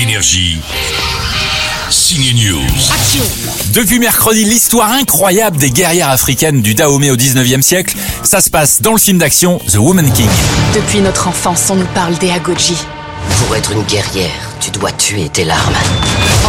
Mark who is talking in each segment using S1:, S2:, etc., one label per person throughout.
S1: Énergie. Signe News.
S2: Depuis mercredi, l'histoire incroyable des guerrières africaines du Dahomey au 19e siècle, ça se passe dans le film d'action The Woman King.
S3: Depuis notre enfance, on nous parle des Agoji.
S4: Pour être une guerrière, tu dois tuer tes larmes.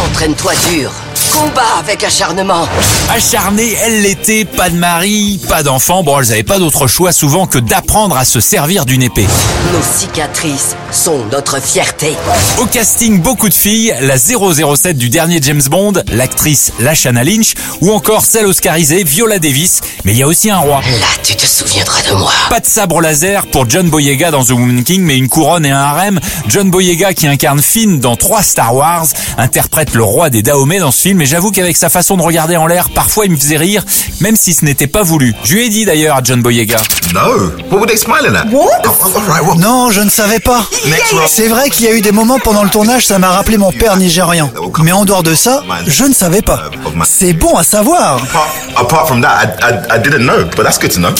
S4: Entraîne-toi dur. Combat avec acharnement.
S2: Acharnées, elles l'étaient, pas de mari, pas d'enfant, bon, elles n'avaient pas d'autre choix souvent que d'apprendre à se servir d'une épée.
S4: Nos cicatrices sont notre fierté.
S2: Au casting, beaucoup de filles, la 007 du dernier James Bond, l'actrice Lashana Lynch, ou encore celle oscarisée Viola Davis, mais il y a aussi un roi.
S4: Là, tu te souviendras de moi.
S2: Pas de sabre laser pour John Boyega dans The Woman King, mais une couronne et un harem. John Boyega, qui incarne Finn dans trois Star Wars, interprète le roi des Dahomey dans ce film. Et j'avoue qu'avec sa façon de regarder en l'air, parfois il me faisait rire, même si ce n'était pas voulu. Je lui ai dit d'ailleurs à John Boyega.
S5: No. What were they smiling at? What? all right. Well,
S6: Non, je ne savais pas.
S5: next round.
S6: C'est vrai qu'il y a eu des moments pendant le tournage, ça m'a rappelé mon père nigérian. Mais en dehors de ça, je ne savais pas. C'est bon à savoir.
S5: Apart, apart from that, I, I, I didn't know, but that's good to know.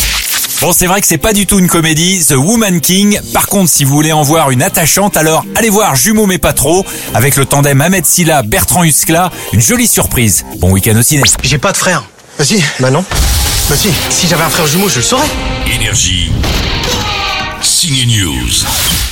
S2: Bon, c'est vrai que c'est pas du tout une comédie, The Woman King. Par contre, si vous voulez en voir une attachante, alors allez voir Jumeaux mais pas trop, avec le tandem Ahmed Silla, Bertrand Huskla, une jolie surprise. Bon week-end au ciné.
S7: J'ai pas de frère. Vas-y. Bah non. Vas-y. Si j'avais un frère jumeau, je le saurais.
S1: Énergie. Signe News.